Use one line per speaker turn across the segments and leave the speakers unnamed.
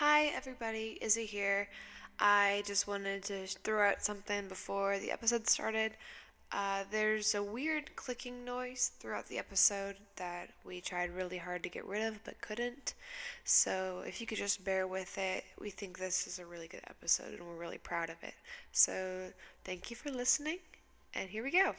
Hi, everybody. Izzy here. I just wanted to sh- throw out something before the episode started. Uh, there's a weird clicking noise throughout the episode that we tried really hard to get rid of but couldn't. So, if you could just bear with it, we think this is a really good episode and we're really proud of it. So, thank you for listening, and here we go.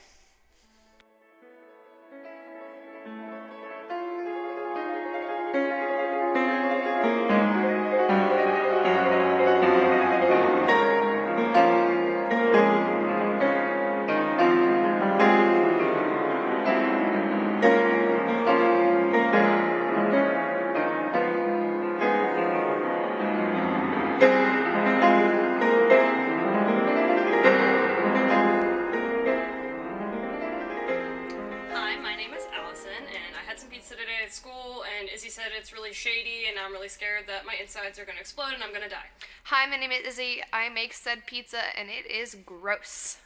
Hi, my name is Allison, and I had some pizza today at school, and Izzy said it's really shady, and I'm really scared that my insides are gonna explode and I'm gonna die.
Hi, my name is Izzy. I make said pizza and it is gross.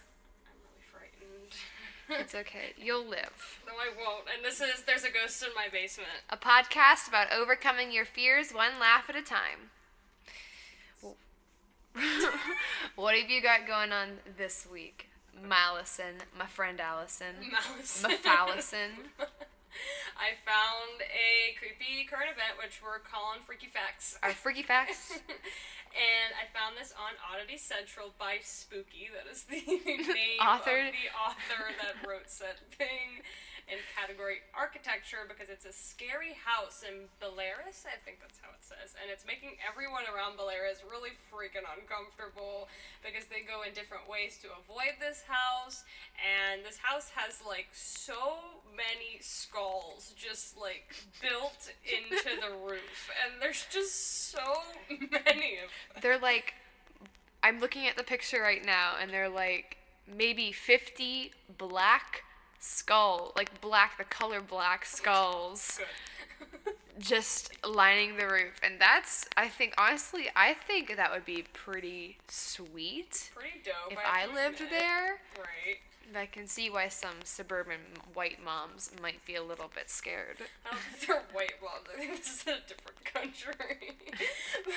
I'm really frightened.
It's okay. You'll live.
no, I won't. And this is There's a Ghost in My Basement.
A podcast about overcoming your fears one laugh at a time. what have you got going on this week? Malison, my friend Allison,
Malice.
Mafallison.
I found a creepy current event, which we're calling Freaky Facts.
Our freaky facts.
and I found this on Oddity Central by Spooky. That is the name
Author?
of the author that wrote said thing in category architecture because it's a scary house in Belarus. I think that's how it says. And it's making everyone around Belarus really freaking uncomfortable because they go in different ways to avoid this house. And this house has like so many skulls just like built into the roof. And there's just so many of them.
They're like, I'm looking at the picture right now, and they're like maybe 50 black skull, like black, the color black skulls, just lining the roof. And that's, I think, honestly, I think that would be pretty sweet
Pretty dope.
if
have
I
to
lived
admit.
there.
Right.
And I can see why some suburban white moms might be a little bit scared.
I don't think they're white moms. I think this is a different country.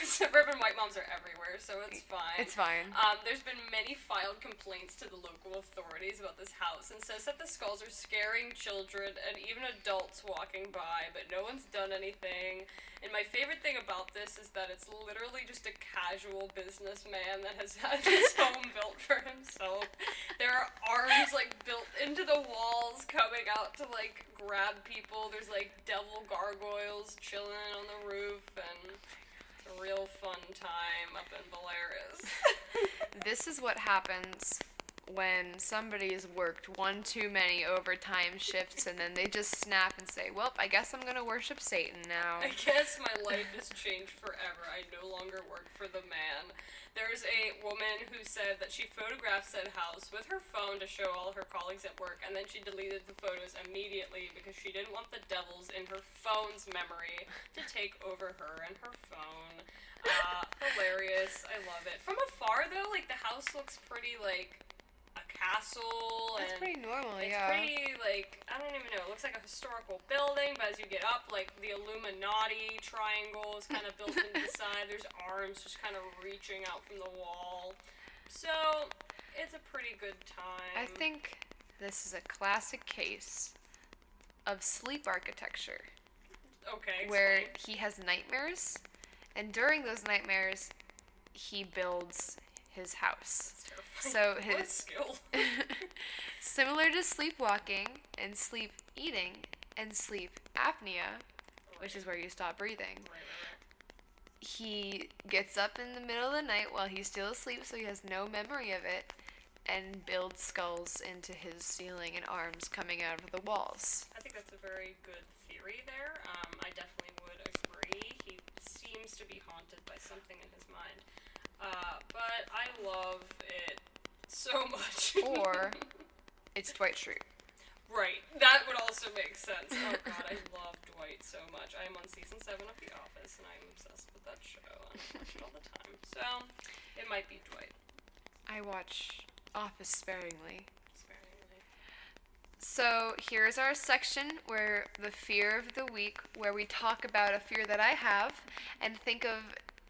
Suburban white moms are everywhere, so it's fine.
It's fine.
Um, there's been many filed complaints to the local authorities about this house and says that the skulls are scaring children and even adults walking by, but no one's done anything. And my favorite thing about this is that it's literally just a casual businessman that has had his home built for himself. There are arms like built into the walls coming out to like grab people. There's like devil gargoyles chilling on the roof and it's a real fun time up in Belarus.
Um, This is what happens when somebody's worked one too many overtime shifts and then they just snap and say, Well, I guess I'm gonna worship Satan now.
I guess my life has changed forever. I no longer work for the man. There's a woman who said that she photographed said house with her phone to show all her colleagues at work, and then she deleted the photos immediately because she didn't want the devils in her phone's memory to take over her and her phone. Uh, hilarious. I love it. From afar, though, like the house looks pretty like a castle.
That's
and
pretty normal,
it's
yeah.
pretty like I don't even know. It looks like a historical building, but as you get up, like the Illuminati triangle is kind of built into the side. There's arms just kind of reaching out from the wall. So it's a pretty good time.
I think this is a classic case of sleep architecture
okay.
where
explain.
he has nightmares and during those nightmares he builds his house.
It's terrifying.
So
What a
his
skill.
Similar to sleepwalking and sleep eating and sleep apnea, which is where you stop breathing,
Right, right,
he gets up in the middle of the night while he's still asleep, so he has no memory of it, and builds skulls into his ceiling and arms coming out of the walls.
right. I think that's a very good theory there. Um, I definitely would agree. He seems to be haunted by something in his mind. Uh, but I love it so much.
Or it's Dwight Schrute.
Right. That would also make sense. Oh god, I love Dwight so much. I am on season seven of The Office and I'm obsessed with that show. and I watch it all the time. So it might be Dwight.
I watch Office sparingly.
sparingly.
So here's our section where the fear of the week, where we talk about a fear that I have and think of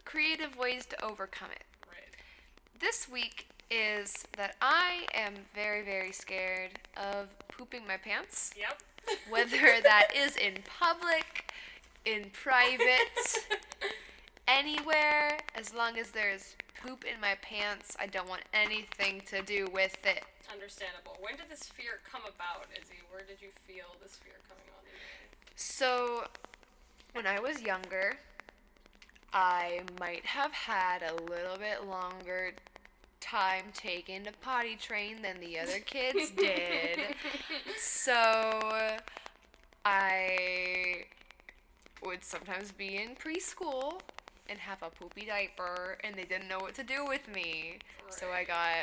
creative ways to overcome it.
Right.
This week is that I am very, very scared of pooping my pants,
Yep.
whether that is in public, in private, anywhere, as long as there is poop in my pants, I don't want anything to do with it.
Understandable. When did this fear come about, Izzy? Where did you feel this fear coming on you?
So, when I was younger, I might have had a little bit longer time taken to potty train than the other kids did. So, I would sometimes be in preschool and have a poopy diaper, and they didn't know what to do with me. So I
Right.
got,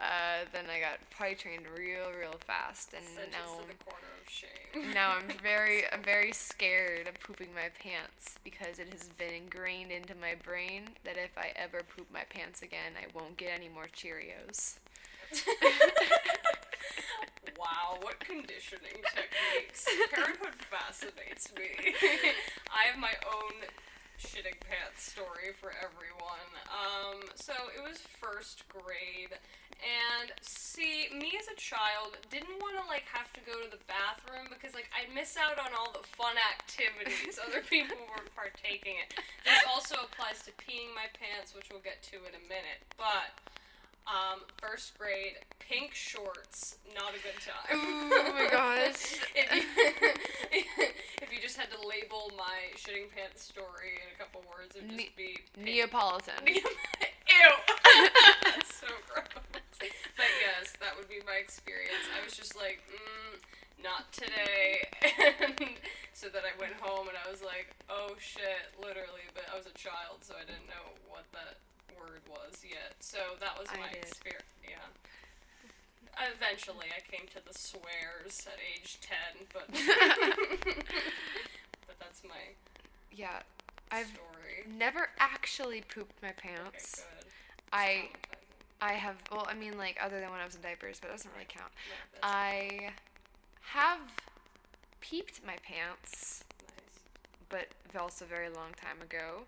uh, then I got potty trained real, real fast, and
Sent us
now
to the corner of shame.
now I'm very I'm very scared of pooping my pants because it has been ingrained into my brain that if I ever poop my pants again, I won't get any more Cheerios.
wow, what conditioning techniques. Parenthood fascinates me. I have my own shitting pants story for everyone. Um, so it was first grade, and see, me as a child didn't want to like have to go to the bathroom because like I'd miss out on all the fun activities other people were partaking in. This also applies to peeing my pants, which we'll get to in a minute, but. Um, first grade, pink shorts, not a good time.
Oh my gosh.
if, you, if you just had to label my shitting pants story in a couple words, it would
Ne-
just be pink.
Neapolitan.
Ew! That's so gross. But yes, that would be my experience. I was just like, mm, not today. And so then I went home and I was like, oh shit, literally. But I was a child, so I didn't know what that word was yet. So that was
I
my
did.
experience. Yeah. Eventually, I came to the swears at age 10, but. but that's my
Yeah. I've
story.
never actually pooped my
Okay,
pants.
good.
I
Traumatizing.
I have well, I mean like other than when I was in diapers, but it doesn't really count.
Yeah, that's
I have peeped my pants.
nice.
but also very long time ago.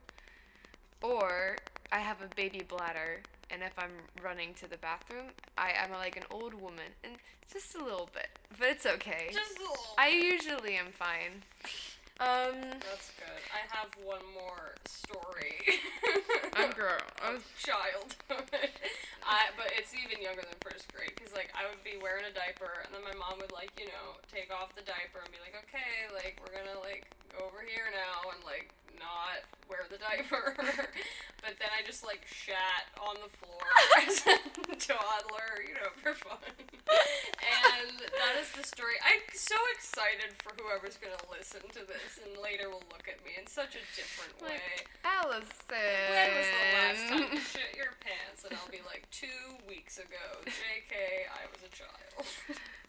Or I have a baby bladder, and if I'm running to the bathroom, I am like an old woman, and just a little bit, but it's okay.
Just a little.
I usually am fine. Um,
That's good. I have one more story.
I'm grown. I'm-
of childhood. I, but it's even younger than first grade because like I would be wearing a diaper and then my mom would like you know take off the diaper and be like okay like we're gonna like go over here now and like not wear the diaper. but then I just like shat on the floor as a toddler, you know, for fun. and that is the story. I'm so excited for whoever's gonna listen to this and later will look at me in such a different
Like,
way.
Allison.
When was the last time you shit your pants? And I'll be like, two weeks ago. JK, I was a child.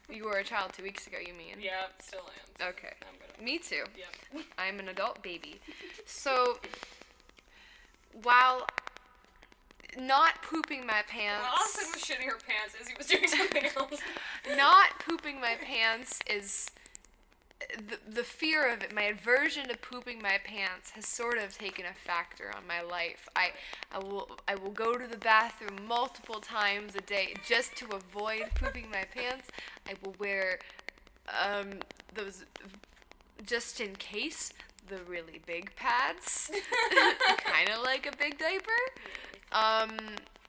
You were a child two weeks ago, you mean?
yep, still am.
Okay.
I'm gonna.
Me too.
Yep.
I'm an adult baby. So, while not pooping my pants.
While Allison was shitting her pants, Izzy was doing something else.
not pooping my pants is the, the fear of it my aversion to pooping my pants has sort of taken a factor on my life i i will i will go to the bathroom multiple times a day just to avoid pooping my pants i will wear um those just in case the really big pads kind of like a big diaper um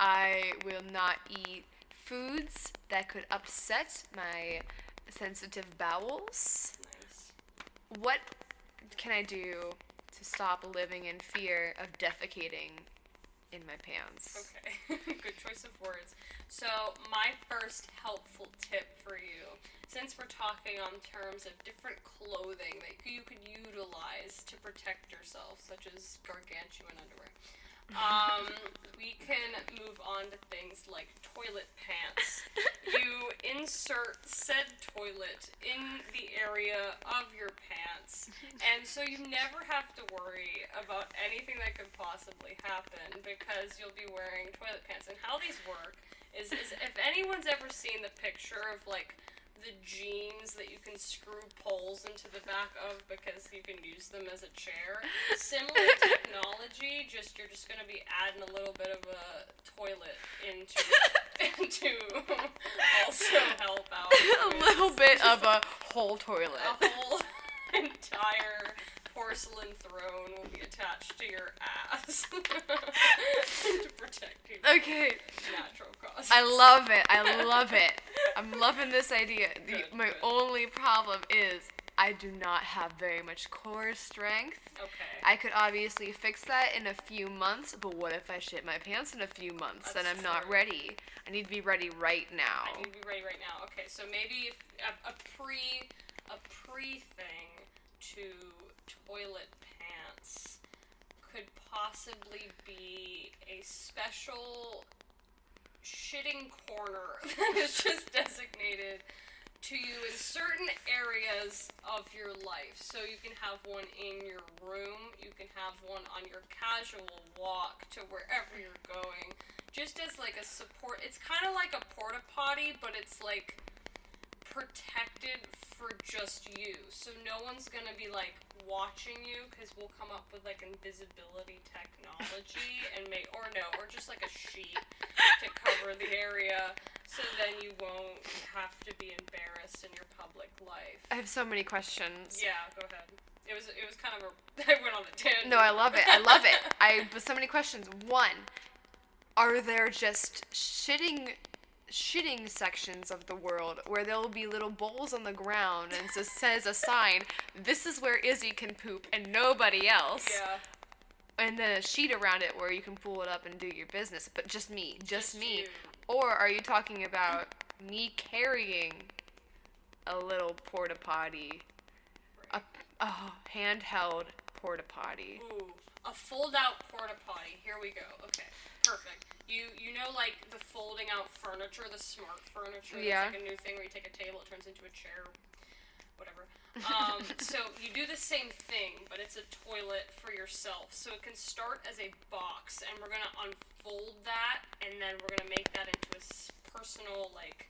i will not eat foods that could upset my sensitive bowels
nice.
what can i do to stop living in fear of defecating in my pants
Okay, good choice of words. So, my first helpful tip for you, since we're talking on terms of different clothing that you could utilize to protect yourself, such as gargantuan underwear, um, we can move on to things like toilet pants. you insert said toilet in the area of your pants, and so you never have to worry about anything that could possibly happen because you'll be wearing toilet pants. And how these work is, is if anyone's ever seen the picture of like the jeans that you can screw poles into the back of because you can use them as a chair. Similar technology, really just you're just gonna be adding a little bit of a toilet into into also help out.
a little
with
bit of a whole toilet.
a whole entire porcelain throne will be attached to your ass to protect you from
Okay,
natural causes.
I love it. I love it. I'm loving this idea. The,
Good,
my
good.
only problem is I do not have very much core strength.
Okay.
I could obviously fix that in a few months, but what if I shit my pants in a few months and
That's
I'm not
true.
ready? I need to be ready right
I
now.
need to be ready right now. Okay, so maybe if, a, a pre a pre thing to toilet pants could possibly be a special shitting corner that is just designated to you in certain areas of your life. So you can have one in your room, you can have one on your casual walk to wherever you're going. Just as like a support, it's kind of like a porta potty, but it's like protected for just you. So no one's gonna be like watching you because we'll come up with like invisibility technology and make or no or just like a sheet to cover the area. So then you won't have to be embarrassed in your public life.
I have so many questions.
Yeah, go ahead. It was it was kind of a I went on a tangent.
No, I love it. I love it. I but so many questions. One, are there just shitting shitting sections of the world where there will be little bowls on the ground and so says a sign, this is where Izzy can poop and nobody else.
yeah.
And then a sheet around it where you can pull it up and do your business, but just me, just,
Just
me.
you.
Or are you talking about me carrying a little porta potty, a, a handheld porta potty?
Ooh, a fold out porta potty. Here we go. Okay, perfect. You you know like the folding out furniture, the smart furniture. that's
Yeah.
like a new thing where you take a table, it turns into a chair, whatever. Um, so you do the same thing, but it's a toilet for yourself. So it can start as a box, and we're gonna unfold that, and then we're gonna make that into a s- personal like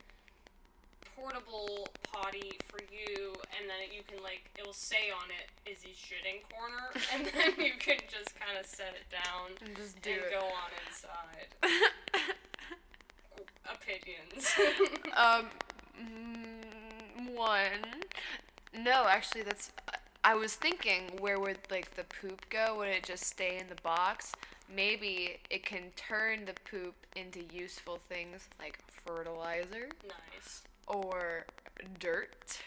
portable potty for you, and then you can like it'll say on it Izzy's shitting corner, and then you can just kind of set it down
And just do
and
it.
go on inside. Opinions.
um, mm, one. No, actually, that's. I was thinking, where would like the poop go? Would it just stay in the box? Maybe it can turn the poop into useful things like fertilizer
nice.
or dirt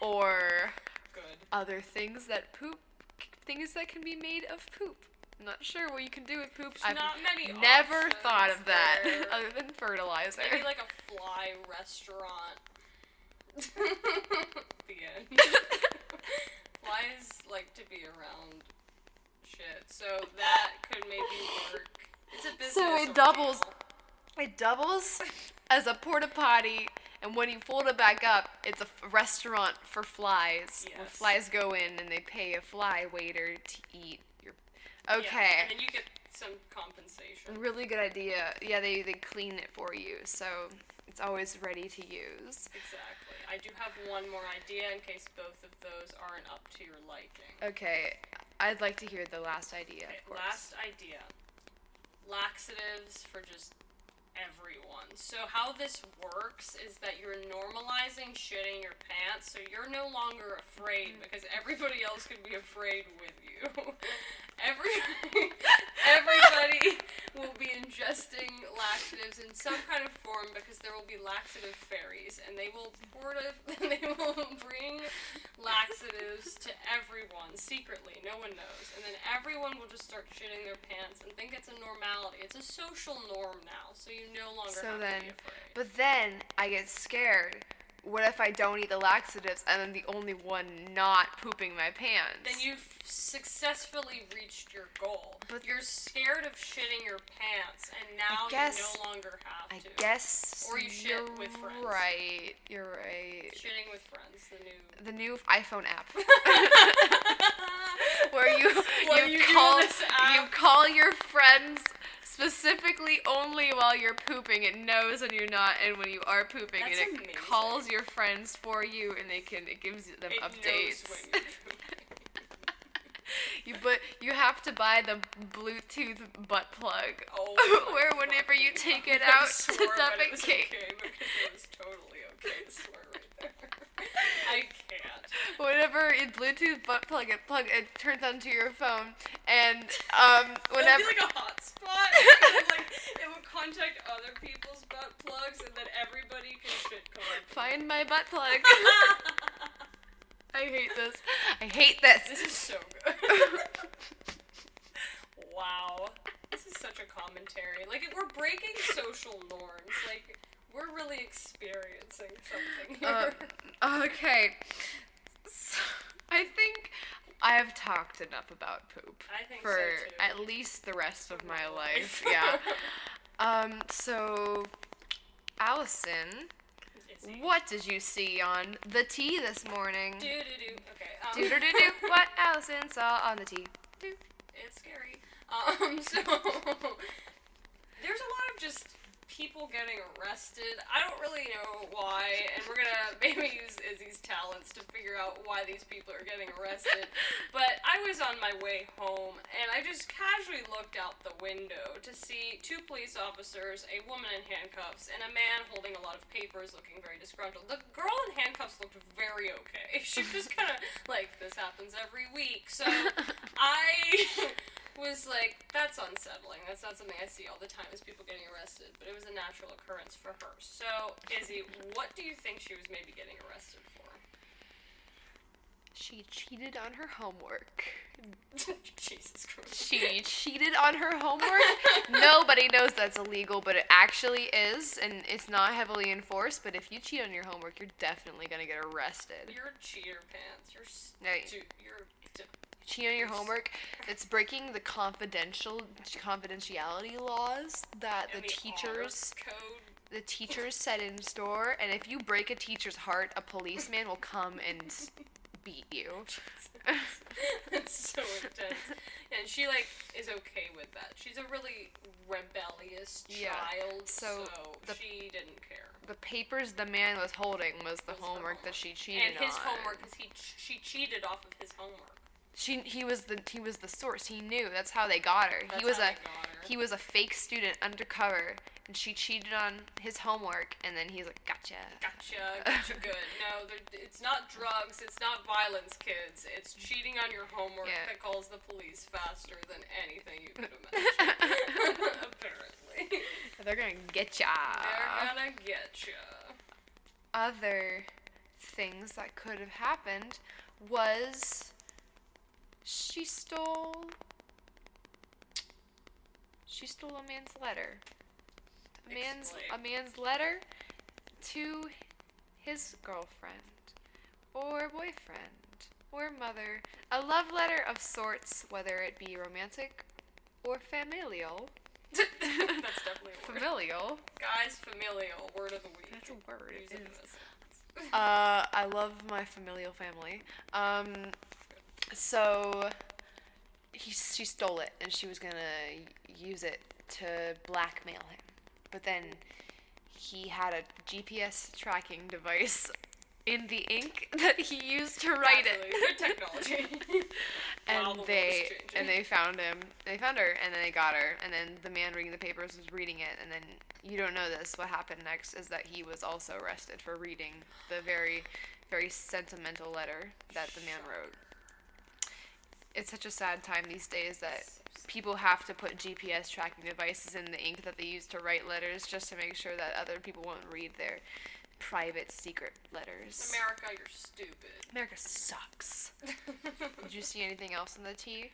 or
Good.
other things that poop things that can be made of poop. I'm not sure what you can do with poop.
There's
I've
not many.
never
options
thought of that
there.
other than fertilizer.
Maybe like a fly restaurant. the end. Flies like to be around shit, so that could maybe work. It's a business.
it
ordeal.
doubles. It doubles as a porta potty, and when you fold it back up, it's a f- restaurant for flies. Where
Yes.
flies go in and they pay a fly waiter to eat your.
Yeah,
Okay.
and then you get some compensation.
Really good idea. Yeah, they, they clean it for you, so it's always ready to use.
Exactly. I do have one more idea in case both of those aren't up to your liking.
Okay, I'd like to hear the last idea,
Okay,
of course.
last idea. Laxatives for just everyone. So how this works is that you're normalizing shitting your pants, so you're no longer
Mm-hmm.
afraid because everybody else could be afraid with you. Every everybody will be ingesting laxatives in some kind of form because there will be laxative fairies and they will porta they will bring laxatives to everyone secretly. No one knows. And then everyone will just start shitting their pants and think it's a normality. It's a social norm now, so you no longer
So
have
then,
to be afraid.
but then I get scared. What if I don't eat the laxatives and I'm the only one not pooping my pants?
then you've successfully reached your goal.
But-
you're scared of shitting your pants, and now
guess-
you no longer have
I
to.
guess.
Or you shit
you're
with friends.
Right. You're right.
Shitting with friends, the new.
The new iPhone app. Where you
Where
you,
you do
call
this app.
you call your friends specifically only while you're pooping. It knows when you're not, and when you are pooping,
That's
and it
amazing.
calls your friends for you, and they can it gives them
It knows
updates.
when you're pooping.
you but you have to buy the Bluetooth butt plug.
Oh, my
where whenever you
fucking
take it
God. I
out
just
to
swore, but
dump
it
a
was
cake.
Okay because it was totally okay to swear right there. I can't.
Whenever you Bluetooth butt plug it plug it turns onto your phone and um whenever
It'd be like a hotspot. and then, like it would contact other people's butt plugs, and then everybody can shit
find my butt plug. I hate this. I hate
this
this.
is so good. wow, this is such a commentary. Like we're breaking social norms. Like we're really experiencing something
Um,
here.
okay. So, I think I've talked enough about poop
I think
for
so too.
at least the rest of my life. yeah. Um, so, Allison,
Dizzy.
what did you see on the tea this morning?
Doo-doo-doo. Okay. Um,
Do do do do. What Allison saw on the tea? Do.
It's scary. Um, so there's a lot of just people getting arrested. I don't really know why, and we're gonna maybe use Izzy's talents to figure out why these people are getting arrested. But I was on my way home, and I just casually looked out the window to see two police officers, a woman in handcuffs, and a man holding a lot of papers, looking very disgruntled. The girl in handcuffs looked very okay. She was just kind of like, "This happens every week," so. I was like, that's unsettling. That's not something I see all the time is people getting arrested, but it was a natural occurrence for her. So, Izzy, what do you think she was maybe getting arrested for?
She cheated on her homework.
Jesus Christ.
She cheated on her homework. Nobody knows that's illegal, but it actually is, and it's not heavily enforced. But if you cheat on your homework, you're definitely gonna get arrested.
You're cheater pants. You're stu-
No, you-
you're d-
cheating on your homework it's breaking the confidential confidentiality laws that the
and
teachers
honor code.
the teachers set in store and if you break a teacher's heart a policeman will come and s- beat you
That's so intense. And she like is okay with that. She's a really rebellious
Yeah.
child,
So,
so,
the-
she didn't care.
the papers the man was holding was the
Was the
homework that
homework.
she cheated
and his
on
homework because he ch- she cheated off of his homework.
she he was the he was the source he knew that's how they got her
That's
he was
how
a
they got her.
he was a fake student undercover and she cheated on his homework and then he's like gotcha
Gotcha, gotcha. Good. No, there- it's not drugs. It's not violence, kids. It's cheating on your homework
Yeah.
that calls the police faster than anything you could imagine. Apparently,
they're gonna get ya
they're gonna get you.
other things that could have happened was she stole she stole a man's letter. A man's a
Explain.
man's letter to his girlfriend or boyfriend or mother. A love letter of sorts, whether it be romantic or familial.
That's definitely a word.
Familial.
Guys, familial word of the week.
That's a word.
Use
it
it in
is.
a sentence.
Uh, I love my familial family. Um, so he, she stole it, and she was gonna use it to blackmail him. But then he had a GPS tracking device in the ink that he used to write
Actually,
it,
Good technology. Wow, the
and
world is
they
changing.
and they found him. They found her, and then they got her. And then the man reading the papers was reading it, and then. You don't know this. What happened next is that he was also arrested for reading the very, very sentimental letter that the man wrote. It's such a sad time these days that people have to put GPS tracking devices in the ink that they use to write letters just to make sure that other people won't read their private secret letters.
America, you're stupid.
America sucks. Did you see anything else in the tea?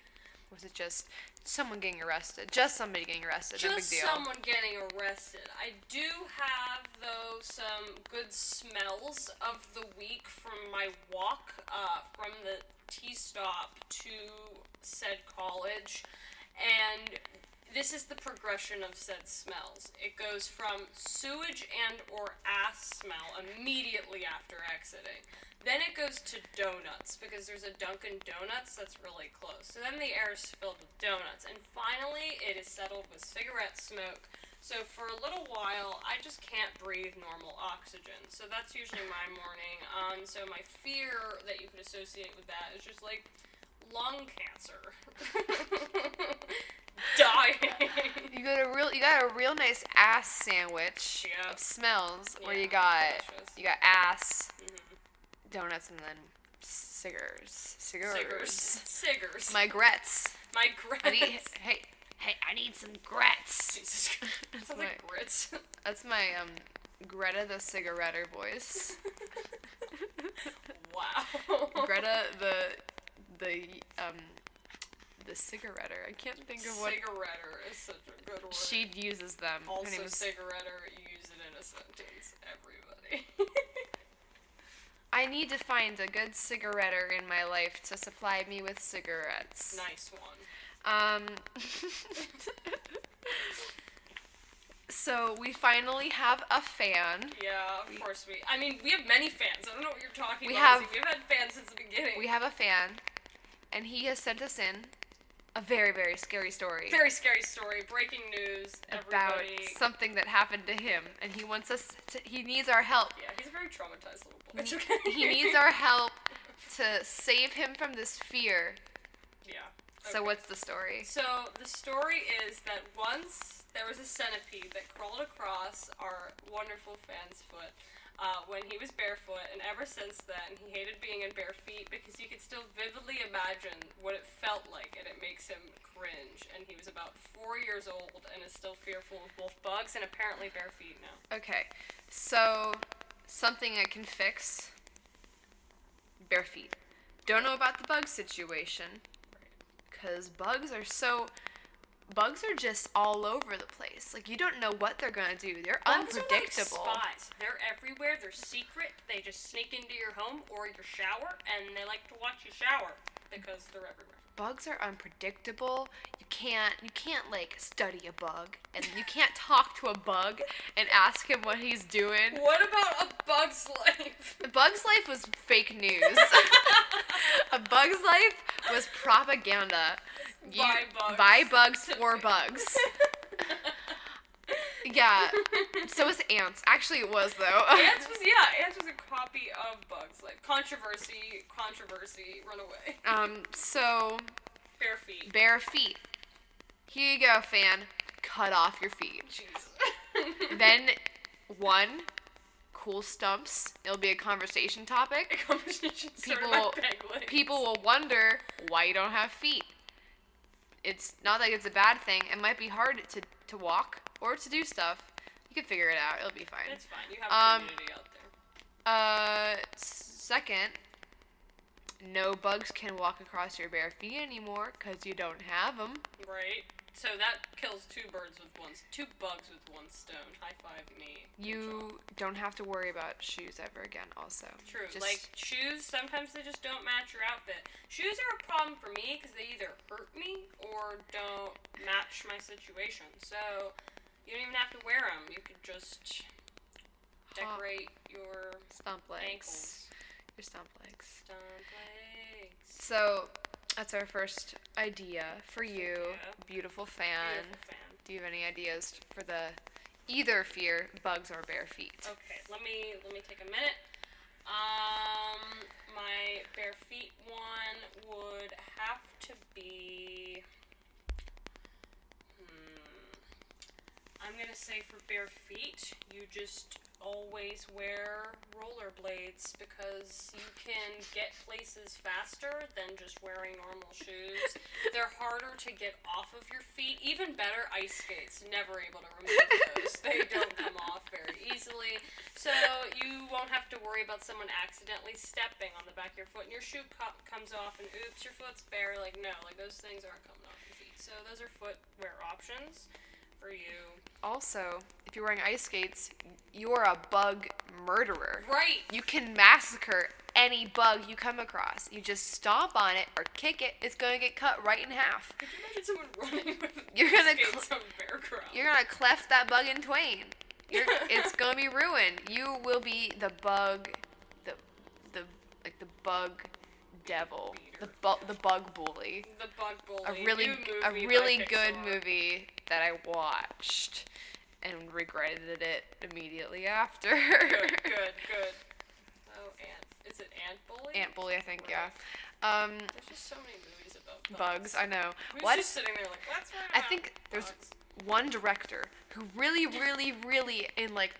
Was it just someone getting arrested? Just somebody getting arrested. no big
just
deal.
someone getting arrested. I do have though some good smells of the week from my walk uh, from the T stop to said college, and this is the progression of said smells. It goes from sewage and or ass smell immediately after exiting. Then it goes to donuts because there's a Dunkin' Donuts that's really close. So then the air is filled with donuts, and finally it is settled with cigarette smoke. So for a little while, I just can't breathe normal oxygen. So that's usually my morning. Um, so my fear that you could associate with that is just like lung cancer. Dying.
You got a real you got a real nice ass sandwich
Yeah.
of smells where you
Yeah,
got
delicious. Mm-hmm.
you got ass donuts and then cigars. Cigars.
Siggers. Siggers.
My grets.
My
I need,
grits.
hey, hey, I need some grets.
Jesus Christ. That's
That's
like grits.
That's my um Greta the cigaretter voice.
wow.
Greta the the um the cigaretter. I can't think of what
Cigaretter is such a good word.
she uses them. Her
also
name is-
cigaretter. Use it in a sentence, everybody.
I need to find a good cigaretter in my life to supply me with cigarettes.
nice one.
Um. so we finally have a fan.
Yeah, of course we. I mean, we have many fans. I don't know what you're talking
We
about.
have-
Izzy. We've had fans since the beginning.
We have a fan, and he has sent us in a very very scary story
very scary story, breaking news.
about
Everybody.
something that happened to him, and he wants us. To, he needs our help.
Yeah, he's a very traumatized little boy. It's okay.
He needs our help to save him from this fear.
Yeah.
So
okay.
what's the story?
So the story is that once there was a centipede that crawled across our wonderful fan's foot uh, when he was barefoot, and ever since then he hated being in bare feet because he could still vividly imagine what it felt like, and it makes him cringe. And he was about four years old and is still fearful of both bugs and apparently bare feet now.
Okay, so something I can fix. Bare feet. Don't know about the bug situation, because bugs are so. Bugs are just all over the place. Like you don't know what they're gonna do. They're
Bugs are like
unpredictable.
spies. They're everywhere. They're secret. They just sneak into your home or your shower, and they like to watch you shower because they're everywhere.
bugs are unpredictable. You can't you can't like study a bug, and you can't talk to a bug and ask him what he's doing.
What about a bug's life?
A Bug's Life was fake news. a Bug's Life was propaganda.
By bugs.
By bugs for bugs. Yeah. So was ants. Actually, it was though.
Ants was yeah, Ants was a copy of Bugs Life. Controversy, controversy, run away.
Um. So
Bare feet.
bare feet. Here you go, fan. Cut off your feet.
Jeez.
Then one, cool stumps. It'll be a conversation topic.
Conversation started by
people
peg legs.
people will wonder why you don't have feet. It's not like it's a bad thing. It might be hard to, to walk or to do stuff. You can figure it out. It'll be fine.
It's fine. You have a
Um,
community out there.
Uh, second, no bugs can walk across your bare feet anymore because you don't have them.
Right. So that kills two birds with one, s- two bugs with one stone. High five me. Good job.
You don't have to worry about shoes ever again. Also,
True.
Just-
Like shoes, sometimes they just don't match your outfit. Shoes are a problem for me because they either hurt me or don't match my situation. So you don't even have to wear them. You could just decorate your
stump legs.
ankles.
Your stump legs.
Stump legs.
So that's our first idea for you,
Yeah.
beautiful fan.
Beautiful fan.
Do you have any ideas for the either fear, bugs, or bare feet?
Okay, let me let me take a minute. Um, my bare feet one would have to be. Hmm. I'm gonna say for bare feet, you just always wear rollerblades because you can get places faster than just wearing normal shoes. They're harder to get off of your feet. Even better, ice skates. Never able to remove those. They don't come off very easily. So you won't have to worry about someone accidentally stepping on the back of your foot and your shoe co- comes off and oops, your foot's bare. Like, no, like those things aren't coming off your feet. So those are footwear options for you.
Also, if you're wearing ice skates, you are a bug murderer.
Right!
You can massacre any bug you come across. You just stomp on it or kick it, it's gonna get cut right in half.
Could you imagine someone running with
You're gonna
skates on bare ground?
You're gonna cleft that bug in twain. You're, it's gonna be ruined. You will be the bug, the, the like the bug devil, the bu- the bug bully.
the bug bully.
A really
new
g- a
movie by
really good
Pixar.
movie that I watched and regretted it immediately after.
Good, good, good. Oh, ant. Is it ant bully?
Ant bully, I think. Yeah. Um,
There's just so many movies about
bugs. I know.
We're
Why
just
does
sitting there like, let's write
I
about
think there's
bugs.
one director who really, really, really, in like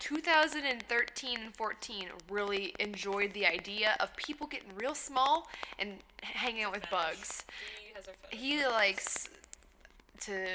2013 and 14, really enjoyed the idea of people getting real small and h- hanging out with bugs.
He has a fetish.
He likes to.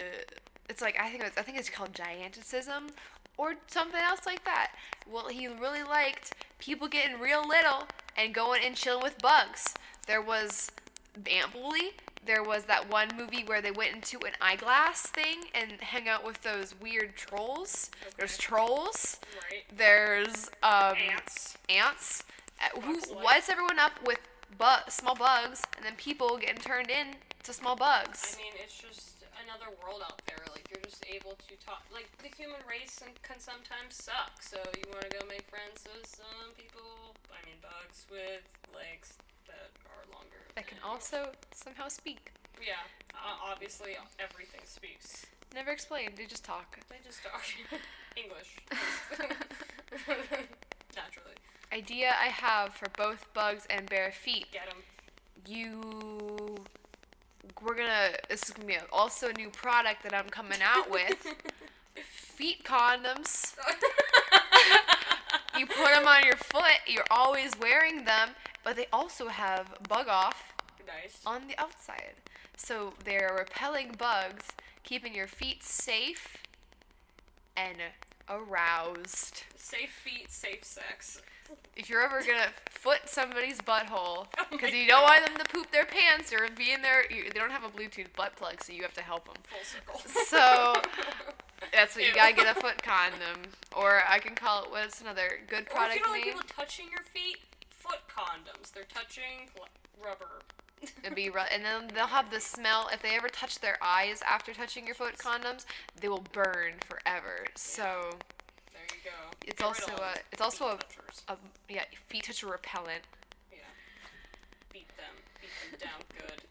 It's like I think it's, I think it's called giganticism or something else like that. Well, he really liked people getting real little and going and chilling with bugs. There was Ant Bully. There was that one movie where they went into an eyeglass thing and hung out with those weird trolls. There's trolls.
right?
There's um,
Ants.
ants. Uh, Who
Bugs life.
lights everyone up with bu- small bugs, and then people getting turned in to small
I
bugs.
mean, it's just another world out there. Like, you're just able to talk. Like, the human race can- can sometimes suck. So, you want to go make friends with some people, I mean, bugs with legs that are longer.
That can
than-
also somehow speak.
Yeah. Uh, obviously, everything speaks.
Never explained. They just talk.
They just talk English. Naturally.
Idea I have for both bugs and bare feet.
Get them.
You. We're gonna. This is gonna be a- also a new product that I'm coming out with. feet condoms. You put them on your foot. You're always wearing them, but they also have bug off
Nice.
on the outside. So they're repelling bugs, keeping your feet safe and aroused.
Safe feet, safe sex.
If you're ever gonna foot somebody's butthole
Oh my
because you don't want them to poop their pants or be in their, you, they don't have a Bluetooth butt plug, so you have to help them.
Full circle.
So- That's what you
Ew.
gotta get a foot condom, or I can call it what's another good
Or if
product
you don't like
name?
people touching your feet, foot condoms. They're touching pl- rubber.
It'd be ru- and then they'll have the smell. If they ever touch their eyes after touching your foot condoms, they will burn forever. So
There you go.
It's
Get rid
also
of all
a-
the
it's also
feet
a-
touchers.
um, yeah, feet touch are repellent.
Yeah. Beat them. Beat them down good.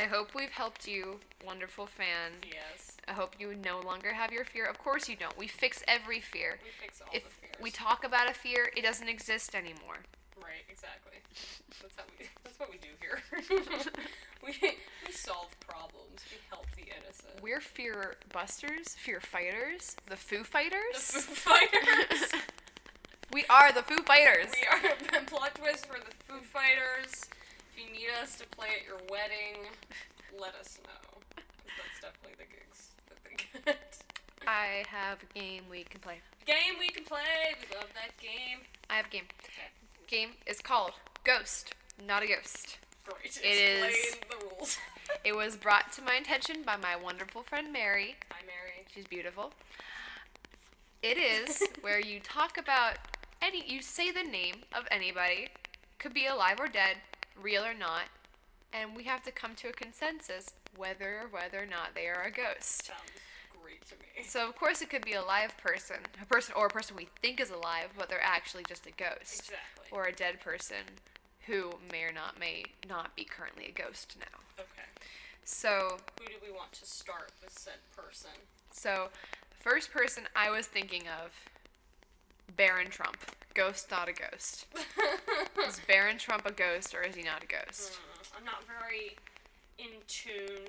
I hope we've helped you, wonderful fan.
Yes.
I hope you no longer have your fear. Of course you don't. We fix every fear.
We fix all
If
the fears.
we talk about a fear, it doesn't exist anymore.
Right, exactly. That's how we. That's what we do here. we we solve problems. We help the innocent.
We're fear busters, fear fighters, the Foo
the
Fighters.
Foo Fighters.
we are the Foo Fighters.
we are plot twist for the Foo Fighters. If you need us to play at your wedding, let us know. 'Cause that's definitely the gigs that they get.
I have a game we can play.
Game we can play. We love that game.
I have a game. Game is called Ghost, not a ghost.
Great. Explain
is-
the rules.
It was brought to my attention by my wonderful friend Mary.
Hi, Mary.
She's beautiful. It is where you talk about any, you say the name of anybody, could be alive or dead, real or not, and we have to come to a consensus whether or whether or not they are a ghost.
Sounds great to me.
So of course it could be a live person, a person or a person we think is alive, but they're actually just a ghost,
Exactly.
or a dead person who may or not may not be currently a ghost now.
Okay.
So
Who do we want to start with said person?
So, the first person I was thinking of, Baron Trump. Ghost, not a ghost. Is Baron Trump a ghost or is he not a ghost?
I'm not very in tune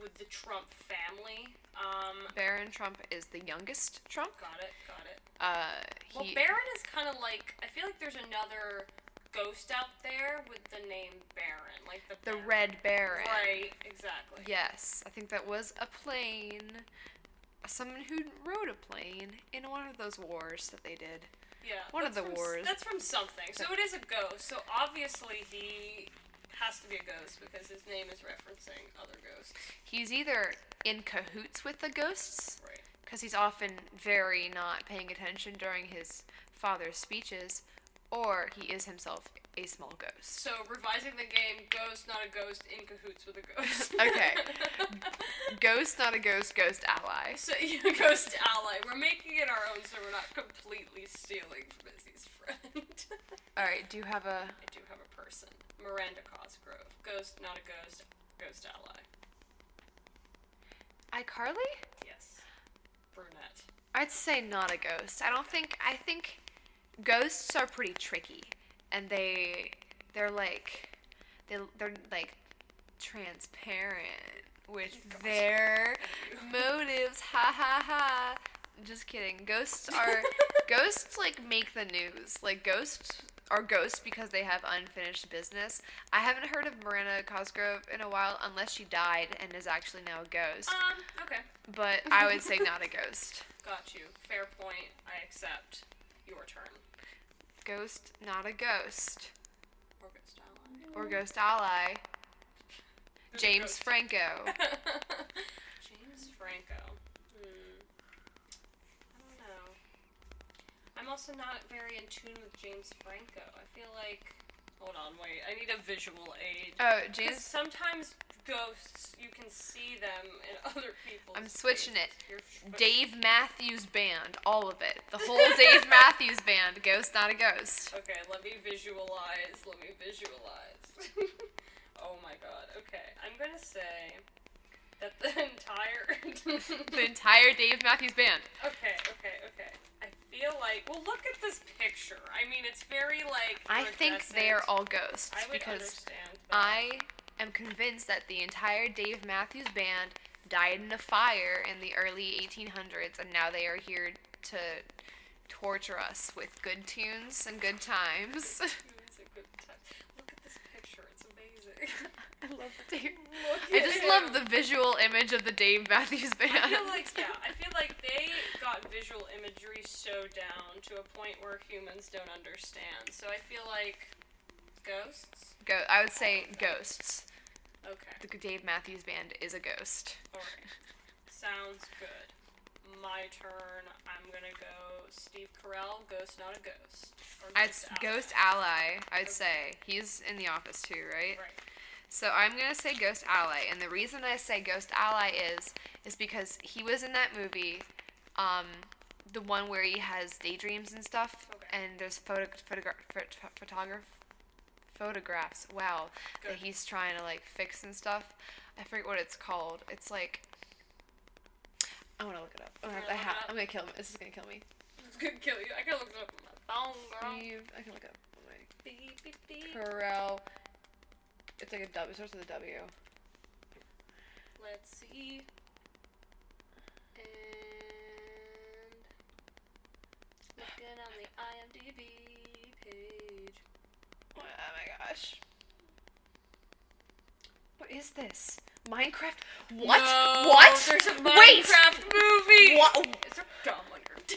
with the Trump family. Um,
Baron Trump is the youngest Trump.
got it, got it.
Uh,
Well,
he,
Baron is kind of like I feel like there's another ghost out there with the name Baron, like the
the
Baron.
Red Baron.
Right, exactly.
Yes, I think that was a plane. Someone who rode a plane in one of those wars that they did.
Yeah.
One of
that's
the
from s-
wars.
That's from something. So it is a ghost. So obviously he has to be a ghost because his name is referencing other ghosts.
He's either in cahoots with the ghosts
Right.
because he's often very not paying attention during his father's speeches, or he is himself a small ghost.
So revising the game, ghost not a ghost in cahoots with a ghost.
Okay. Ghost, not a ghost, ghost ally.
so you know, ghost ally. We're making it our own, so we're not completely stealing from Izzy's friend.
All right, do you have a.
I do have a person, Miranda Cosgrove. Ghost not a ghost, ghost ally.
iCarly?
Yes, brunette.
I'd say not a ghost. I don't think. I think ghosts are pretty tricky, and they. They're like. they they're like transparent with their motives. Ha ha ha. Just kidding. Ghosts are ghosts like make the news. Like ghosts are ghosts because they have unfinished business. I haven't heard of Miranda Cosgrove in a while unless she died and is actually now a ghost.
Um, okay.
But I would say not a ghost.
Got you. Fair point. I accept. Your turn.
Ghost, not a ghost.
Or ghost ally.
Or ghost ally.
There's a
James
ghost.
Franco.
James Franco. Hmm. I don't know. I'm also not very in tune with James Franco. I feel like. Hold on, wait. I need a visual aid.
Oh,
Because
James
sometimes ghosts, you can see them in other people's.
I'm switching it.
faces. You're switching-
Dave Matthews Band, all of it. The whole Dave Matthews Band, Ghost Not a Ghost.
Okay, let me visualize. Let me visualize. oh my god. Okay, I'm gonna say that the entire.
The entire Dave Matthews Band.
okay, okay, okay. I feel like. Well, look at this picture. I mean, it's very like.
I think they are
iridescent.
all ghosts
I would
because
understand that.
I am convinced that the entire Dave Matthews Band died in a fire in the early 1800s and now they are here to torture us with good tunes and good times.
It's a good time. Look at this picture. It's amazing.
I love the Dave.
Look
I
at
just
it.
love the visual image of the Dave Matthews Band.
I feel like yeah, I feel like they got visual imagery so down to a point where humans don't understand. So I feel like ghosts.
Go. I would say ghosts.
Okay.
The Dave Matthews Band is a ghost.
Alright. Sounds good. My turn. I'm gonna go Steve Carell, Ghost Not a Ghost. Or
It's
Out.
Ghost Ally. I'd say he's in the office too, right?
Right.
So I'm gonna say Ghost Ally, and the reason I say Ghost Ally is is because he was in that movie, um, the one where he has daydreams and stuff,
Okay.
and there's photo photograph photograph photographs. Wow, that
Good.
he's trying to like fix and stuff. I forget what it's called. It's like. I want to look it up. I'm gonna, have to
Wanna look
ha-
it up?
I'm gonna kill him. This is gonna kill me.
It's gonna kill you. I gotta look it up on my phone, girl.
Steve- I can look it up. on my
Beep, beep, beep.
Corel. It's like a W. It starts with a W.
Let's see. And looking on the IMDb page.
Oh my gosh. What is this? Minecraft? What?
No,
what?
There's a
Wait.
Minecraft movie.
What?
It's a dumb under.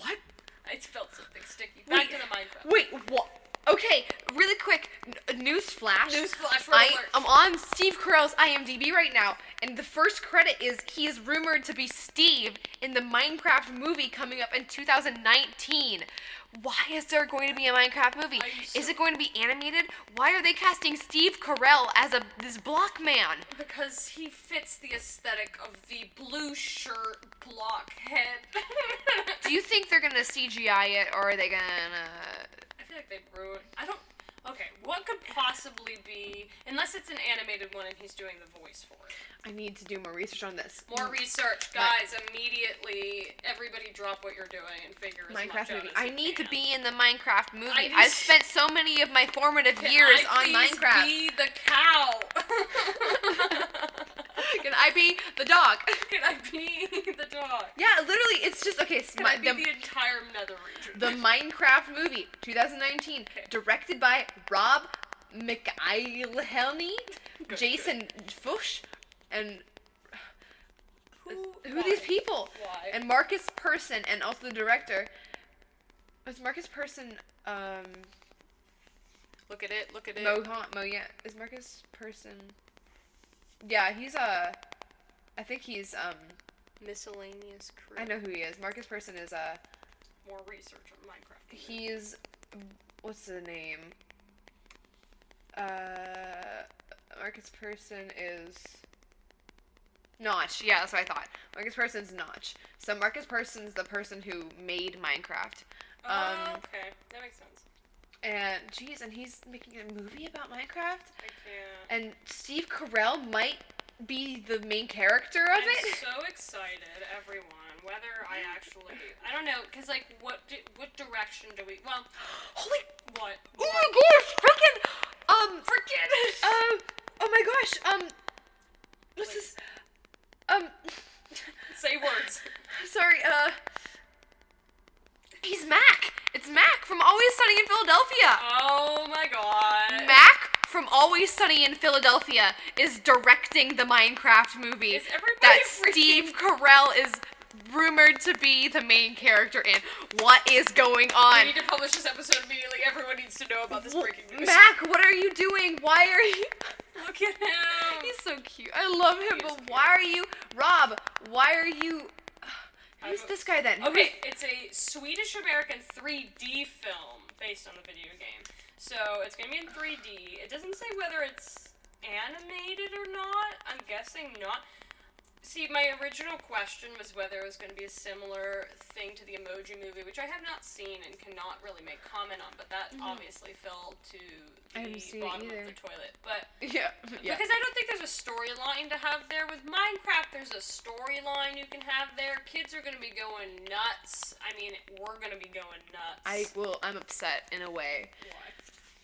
What?
I felt something sticky. Back
Wait.
to the Minecraft.
Wait. What? Okay. Really quick. N- uh, news flash.
Newsflash! We're
I,
alert.
I'm on Steve Carell's IMDb right now, and the first credit is he is rumored to be Steve in the Minecraft movie coming up in 2019. Why is there going to be a Minecraft movie?
Are you
Is it going to be animated? Why are they casting Steve Carell as a this block man?
because he fits the aesthetic of the blue shirt blockhead.
Do you think they're gonna CGI it, or are they gonna?
I feel like they ruined. I don't. Okay, what could possibly be, unless it's an animated one and he's doing the voice for it.
I need to do more research on this.
More research, guys! Immediately, everybody, drop what you're doing and figure as much
Minecraft
out
movie.
as
I
you
need to
can.
be in the Minecraft movie.
I
I
just-
have spent so many of my formative
Can
years
I
on
please
Minecraft.
Be the cow.
Can I be the dog?
Can I be the dog?
Yeah, literally, it's just okay. It's
Can
my,
I be
the,
the, entire nether region?
the Minecraft movie, 2019,
Okay.
directed by Rob McElhenney, Jason Fush, and
who,
who are these
why?
people?
Why?
And Marcus Person, and also the director. Is Marcus Person um
Look at it. Look at it.
Mohan Mo yeah is Marcus Person Yeah, he's a I think he's um
Miscellaneous crew.
I know who he is. Marcus Person is a
More research on Minecraft.
He's what's the name? Uh, Marcus Person is Notch. Yeah, that's what I thought. Marcus Person's Notch. So Marcus Person's the person who made Minecraft.
Oh,
Um,
okay, that makes sense.
and geez, and he's making a movie about Minecraft.
I can't.
And Steve Carell might be the main character of
I'm
it.
so excited, everyone. Whether I actually, I don't know, cause like, what, di- what direction do we? Well,
Holy!
what?
Oh my gosh! Freaking! Um,
Forget it.
um, oh my gosh, um, what's this? Um,
Say words.
sorry, uh, he's Mac. It's Mac from Always Sunny in Philadelphia.
Oh my god.
Mac from Always Sunny in Philadelphia is directing the Minecraft movie
Is everybody
that
freaking-
Steve Carell is rumored to be the main character in. What is going on?
we need to publish this episode immediately. Everyone needs to know about this breaking news.
Mac, what are you doing? Why are you?
Look at him.
He's so cute. I love him,
He is
but
cute.
why are you, Rob? Why are you? Who's
I'm-
this guy then? Who
Okay,
is-
it's a Swedish American 3D film based on the video game. So it's gonna be in 3D. It doesn't say whether it's animated or not. I'm guessing not. See, my original question was whether it was going to be a similar thing to the Emoji Movie, which I have not seen and cannot really make comment on. But that obviously fell to
Mm-hmm. I haven't
the
seen it
bottom of
either.
the toilet. But
Yeah. Yeah.
because I don't think there's a storyline to have there. With Minecraft, there's a storyline you can have there. Kids are gonna be going nuts. I mean, we're gonna be going nuts.
I well, I'm upset in a way
Why?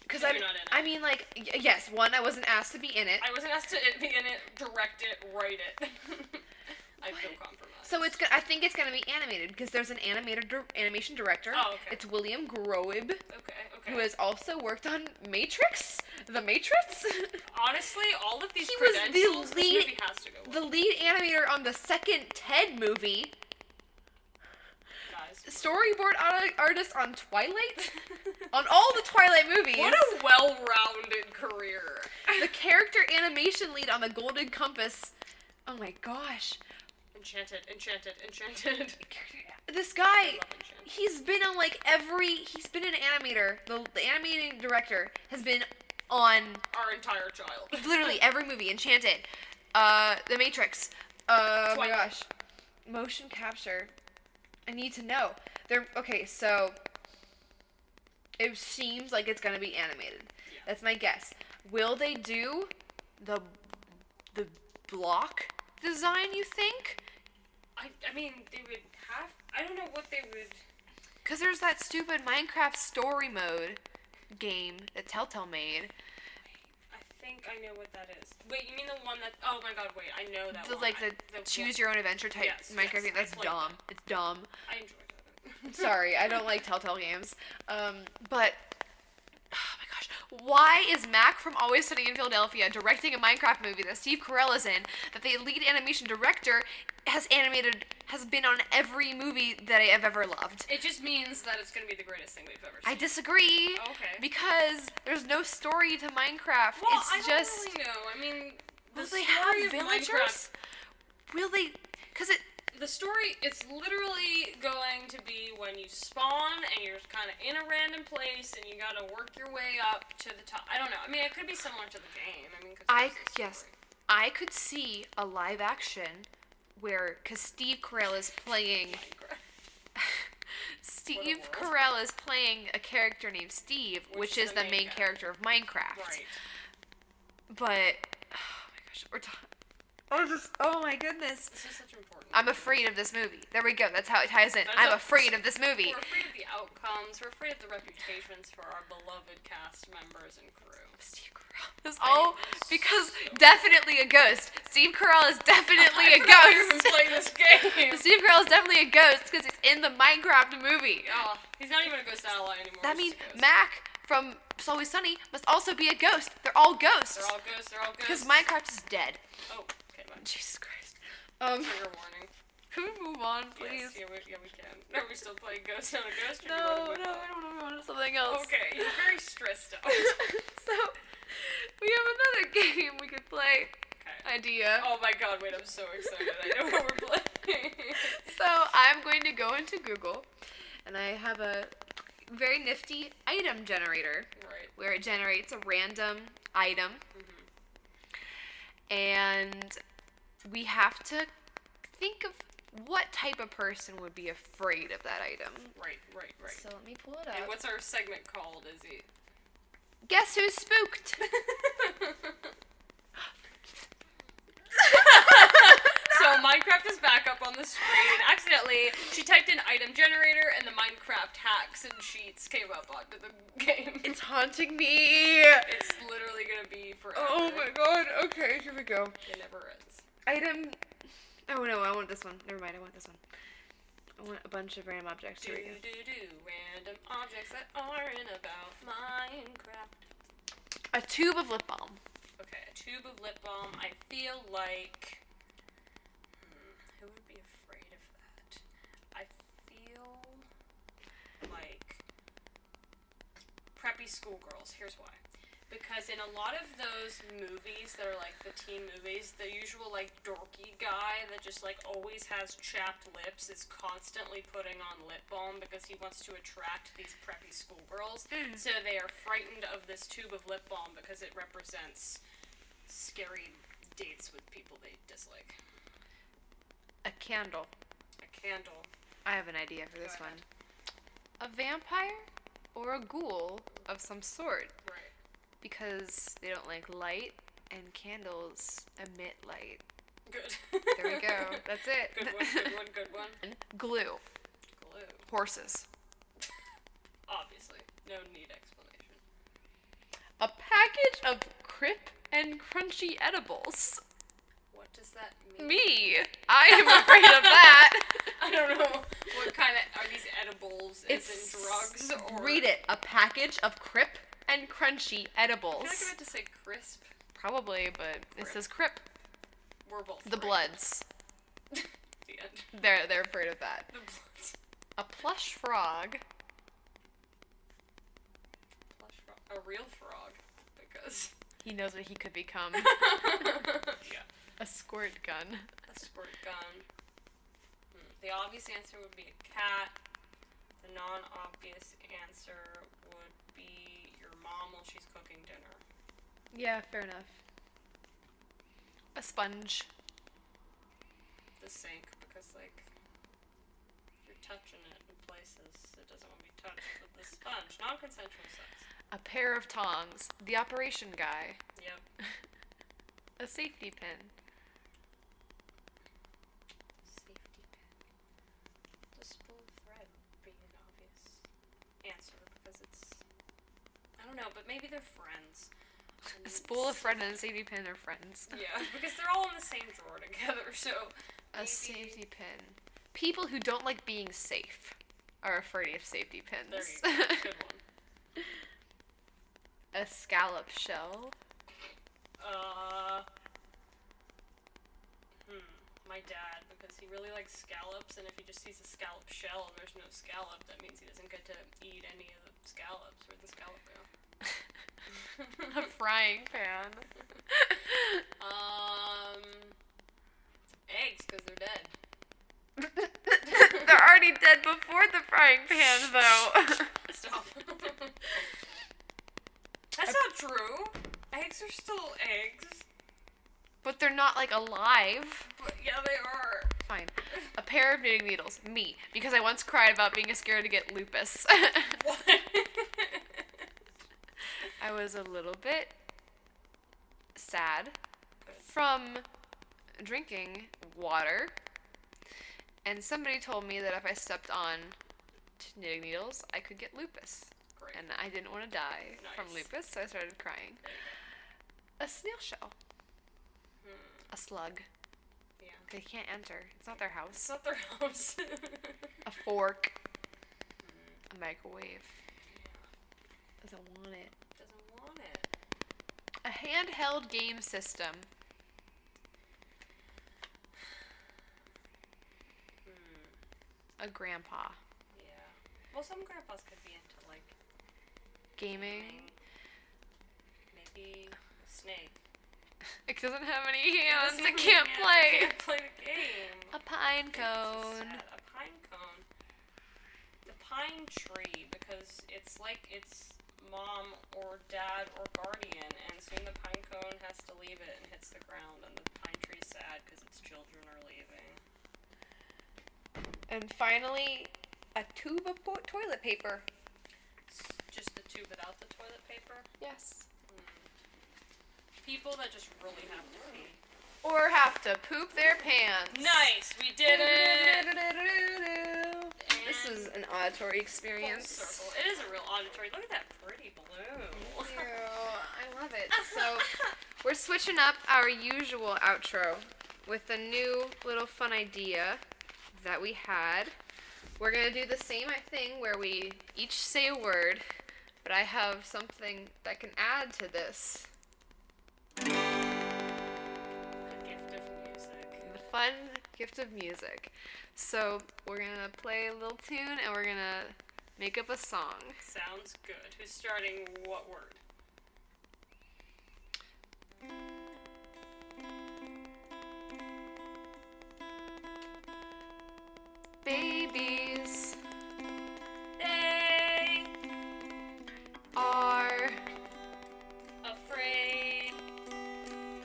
because
You're
I'm.
not in it.
I mean, like, y- yes, one, I wasn't asked to be in it,
I wasn't asked to be in it, direct it, write it. I feel compromised.
so it's. go- I think it's gonna be animated because there's an animator, dir- animation director.
Oh, okay.
It's William Groeb,
okay, okay.
who has also worked on Matrix, The Matrix.
Honestly, all of these
He was the
credentials, this
lead-
movie has to go.
the
Well,
lead animator on the second Ted movie.
guys.
storyboard art- artist on Twilight, on all the Twilight movies.
What a well-rounded career.
the character animation lead on the Golden Compass. Oh my gosh,
Enchanted, enchanted, enchanted.
this
I
guy.
love Enchanted.
He's been on like every. He's been an animator. The, the animating director has been on
Our entire child.
literally every movie. Enchanted, uh, The Matrix. Uh, oh my
Twilight.
gosh, motion capture. I need to know. They're okay. So it seems like it's gonna be animated.
Yeah.
That's my guess. Will they do the the block design? You think?
I, I mean, they would have. I don't know what they would.
Cause there's that stupid Minecraft story mode game that Telltale made.
I think I know what that is. Wait, you mean the one that? Oh my God! Wait, I know that
The,
one.
like
I-
the, choose your own adventure type
Yes,
Minecraft
yes,
game. That's
I like
dumb. It's dumb.
I enjoyed it.
Sorry, I don't like Telltale games. Um, but oh my gosh, why is Mac from Always Sunny in Philadelphia directing a Minecraft movie that Steve Carell is in? That the lead animation director has animated has been on every movie that I have ever loved.
It just means that it's gonna be the greatest thing we've ever
I
seen.
disagree.
Okay.
Because there's no story to Minecraft.
well,
it's
I don't
just
really know. I mean, the
will they
story
have
of
villagers?
Minecraft-
Will they? Because it
the story it's literally going to be when you spawn and you're kind of in a random place and you gotta work your way up to the top. I don't know. I mean, it could be similar to the game. I mean, 'cause
I
it's
c-
the
yes,
story.
I could see a live action where because Steve Carell is playing
Minecraft.
Steve
world.
Carell is playing a character named Steve, which, is the main,
guy.
character of Minecraft.
Right.
But oh my gosh, we're talking. Oh, just oh my goodness.
This is such important.
I'm afraid of this movie. There we go. That's how it ties in.
That's
I'm
a-
afraid of this movie.
We're afraid of the outcomes. We're afraid of the reputations for our beloved cast members and crew.
Steve Carell is all
am
because
so-
definitely a ghost. Steve Carell is definitely
I
a
forgot we were even
ghost.
playing this game.
Steve Carell is definitely a ghost because he's in the Minecraft movie.
Oh, he's not even a ghost ally anymore.
That
he's
means
just a ghost.
Mac from It's Always Sunny must also be a ghost. They're all ghosts.
They're all ghosts. They're all
Because
ghosts.
Minecraft is dead.
Oh, okay, bye.
Jesus Christ. Um,
Trigger warning.
can we move on, please?
Yes, yeah, we, yeah, we can. Are we still playing Ghost on a Ghost? Or do you
No,
wanna move
no,
on?
I don't want to move on to something else.
Okay, you're very stressed out.
so, we have another game we could play.
Okay.
Idea.
Oh my god, wait, I'm so excited. I know what we're playing.
So, I'm going to go into Google and I have a very nifty item generator.
right.
where it generates a random item. Mm-hmm. And we have to think of what type of person would be afraid of that item.
Right, right, right.
So let me pull it
and
up.
what's our segment called, Izzy?
Guess who's spooked?
so Minecraft is back up on the screen. Accidentally, she typed in item generator, and the Minecraft hacks and sheets came up onto the game.
It's haunting me.
It's literally gonna be forever.
Oh my god. Okay, here we go.
It never ends.
Item. Oh no, I want this one. Never mind, I want this one. I want a bunch of random objects.
Do
Here we
do
go.
do random objects that aren't about Minecraft.
A tube of lip balm.
Okay, a tube of lip balm. I feel like. Hmm, who would be afraid of that? I feel like. Preppy schoolgirls. Here's why. Because in a lot of those movies that are like the teen movies, the usual like dorky guy that just like always has chapped lips is constantly putting on lip balm because he wants to attract these preppy schoolgirls. So they are frightened of this tube of lip balm because it represents scary dates with people they dislike.
A candle.
A candle.
I have an idea for this
Go
one.
ahead.
A vampire or a ghoul of some sort
Right.
because they don't like light and candles emit light.
Good.
There we go. That's it.
good one, good one, good one.
Glue.
Glue.
Horses.
Obviously. No need explanation.
A package of crisp and crunchy edibles.
What does that mean?
Me. I am afraid of that.
I don't know. What kind of are these edibles? Is
It's-
in drugs or
Read it. A package of crisp and crunchy
I feel like I
edibles.
meant to say crisp.
Probably, but it
Crip.
says crip.
We're both
The
right.
bloods.
The end.
They're they're afraid of that.
The blood.
A plush frog.
Plush frog. A real frog. Because.
He knows what he could become.
yeah.
a squirt gun.
A squirt gun. Hmm. The obvious answer would be a cat. The non obvious answer would be your mom while she's cooking dinner.
Yeah, fair enough. A sponge.
The sink, because, like, you're touching it in places it doesn't want to be touched with the sponge. Non consensual sex.
A pair of tongs. The operation guy.
Yep.
A safety pin.
Safety pin. The spool of thread would be an obvious answer because it's. I don't know, but maybe they're friends.
A spool of thread and a safety pin are friends.
Yeah, because they're all in the same drawer together, so.
A safety pin. People who don't like being safe are afraid of safety
There
pins.
you go. Good one.
a scallop shell.
Uh. Hmm. My dad, because he really likes scallops, and if he just sees a scallop shell and there's no scallop, that means he doesn't get to eat any of the scallops. Where'd the scallop go?
a frying pan.
Um, eggs, because they're dead.
They're already dead before the frying pan, though.
Stop. That's not true. Eggs are still eggs.
but they're not like alive.
But yeah, they are.
Fine. A pair of knitting needles. Me. Because I once cried about being scared to get lupus.
What?
I was a little bit sad from drinking water. And somebody told me that if I stepped on t- knitting needles, I could get lupus.
Great.
And I didn't want to die from
Nice.
lupus, so I started crying. A snail shell. A slug.
Hmm, yeah.
They can't enter. It's not their
It's
house.
not their house.
A fork. A microwave. Doesn't want it.
Doesn't want it.
A handheld game system. A grandpa.
Hmm, Yeah. Well, some grandpas could be into like
Gaming.
maybe a snake.
It doesn't have any hands.
Doesn't
It can't
have
play.
Can't play the game.
A pine
It's
cone.
sad. A pine cone. The pine tree, because it's like it's mom or dad or guardian, and soon the pine cone has to leave it and hits the ground, and the pine tree's sad because its children are leaving.
And finally, a tube of po- toilet paper.
It's just the two without the toilet paper.
Yes.
People that just really have to pee.
or have to poop their pants.
Nice, we did it.
This is an auditory
Full
experience.
circle. It is a real auditory. Look at that pretty blue.
Ew, I love it. So we're switching up our usual outro with a new little fun idea that we had. We're gonna do the same thing where we each say a word, but I have something that can add to this.
The gift of music.
the fun gift of music. So we're gonna play a little tune and we're gonna make up a song.
Sounds good. Who's starting what word?
Babies
They
are
afraid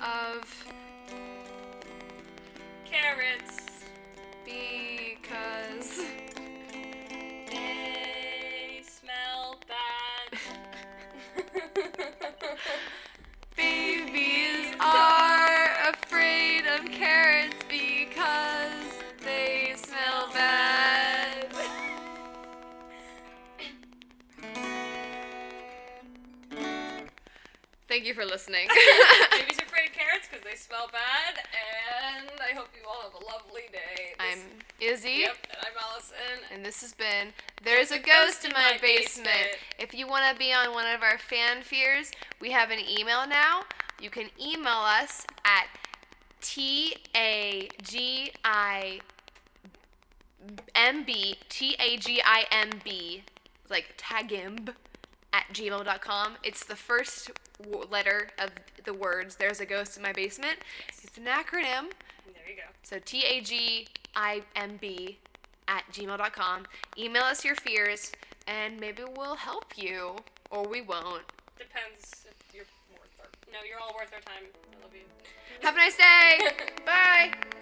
of
carrots.
because
They smell bad.
babies are afraid of carrots because they smell bad. Thank you for listening.
Babies are afraid of carrots because they smell bad, and I hope you all have a lovely day. This-
I'm Izzy.
Yep, and I'm Allison.
And this has been There's a Ghost in My Basement.
basement.
If you want to be on one of our fan fears, we have an email now. You can email us at T A G I M B, T A G I M B, like tagimb at gmail.com. It's the first w- letter of the words There's a Ghost in My Basement. It's an acronym.
There you go.
So T A G I M B at gmail.com. Email us your fears and maybe we'll help you or we won't.
Depends if you're worth our. No, you're all worth our time. I love you.
Have a nice day. Bye.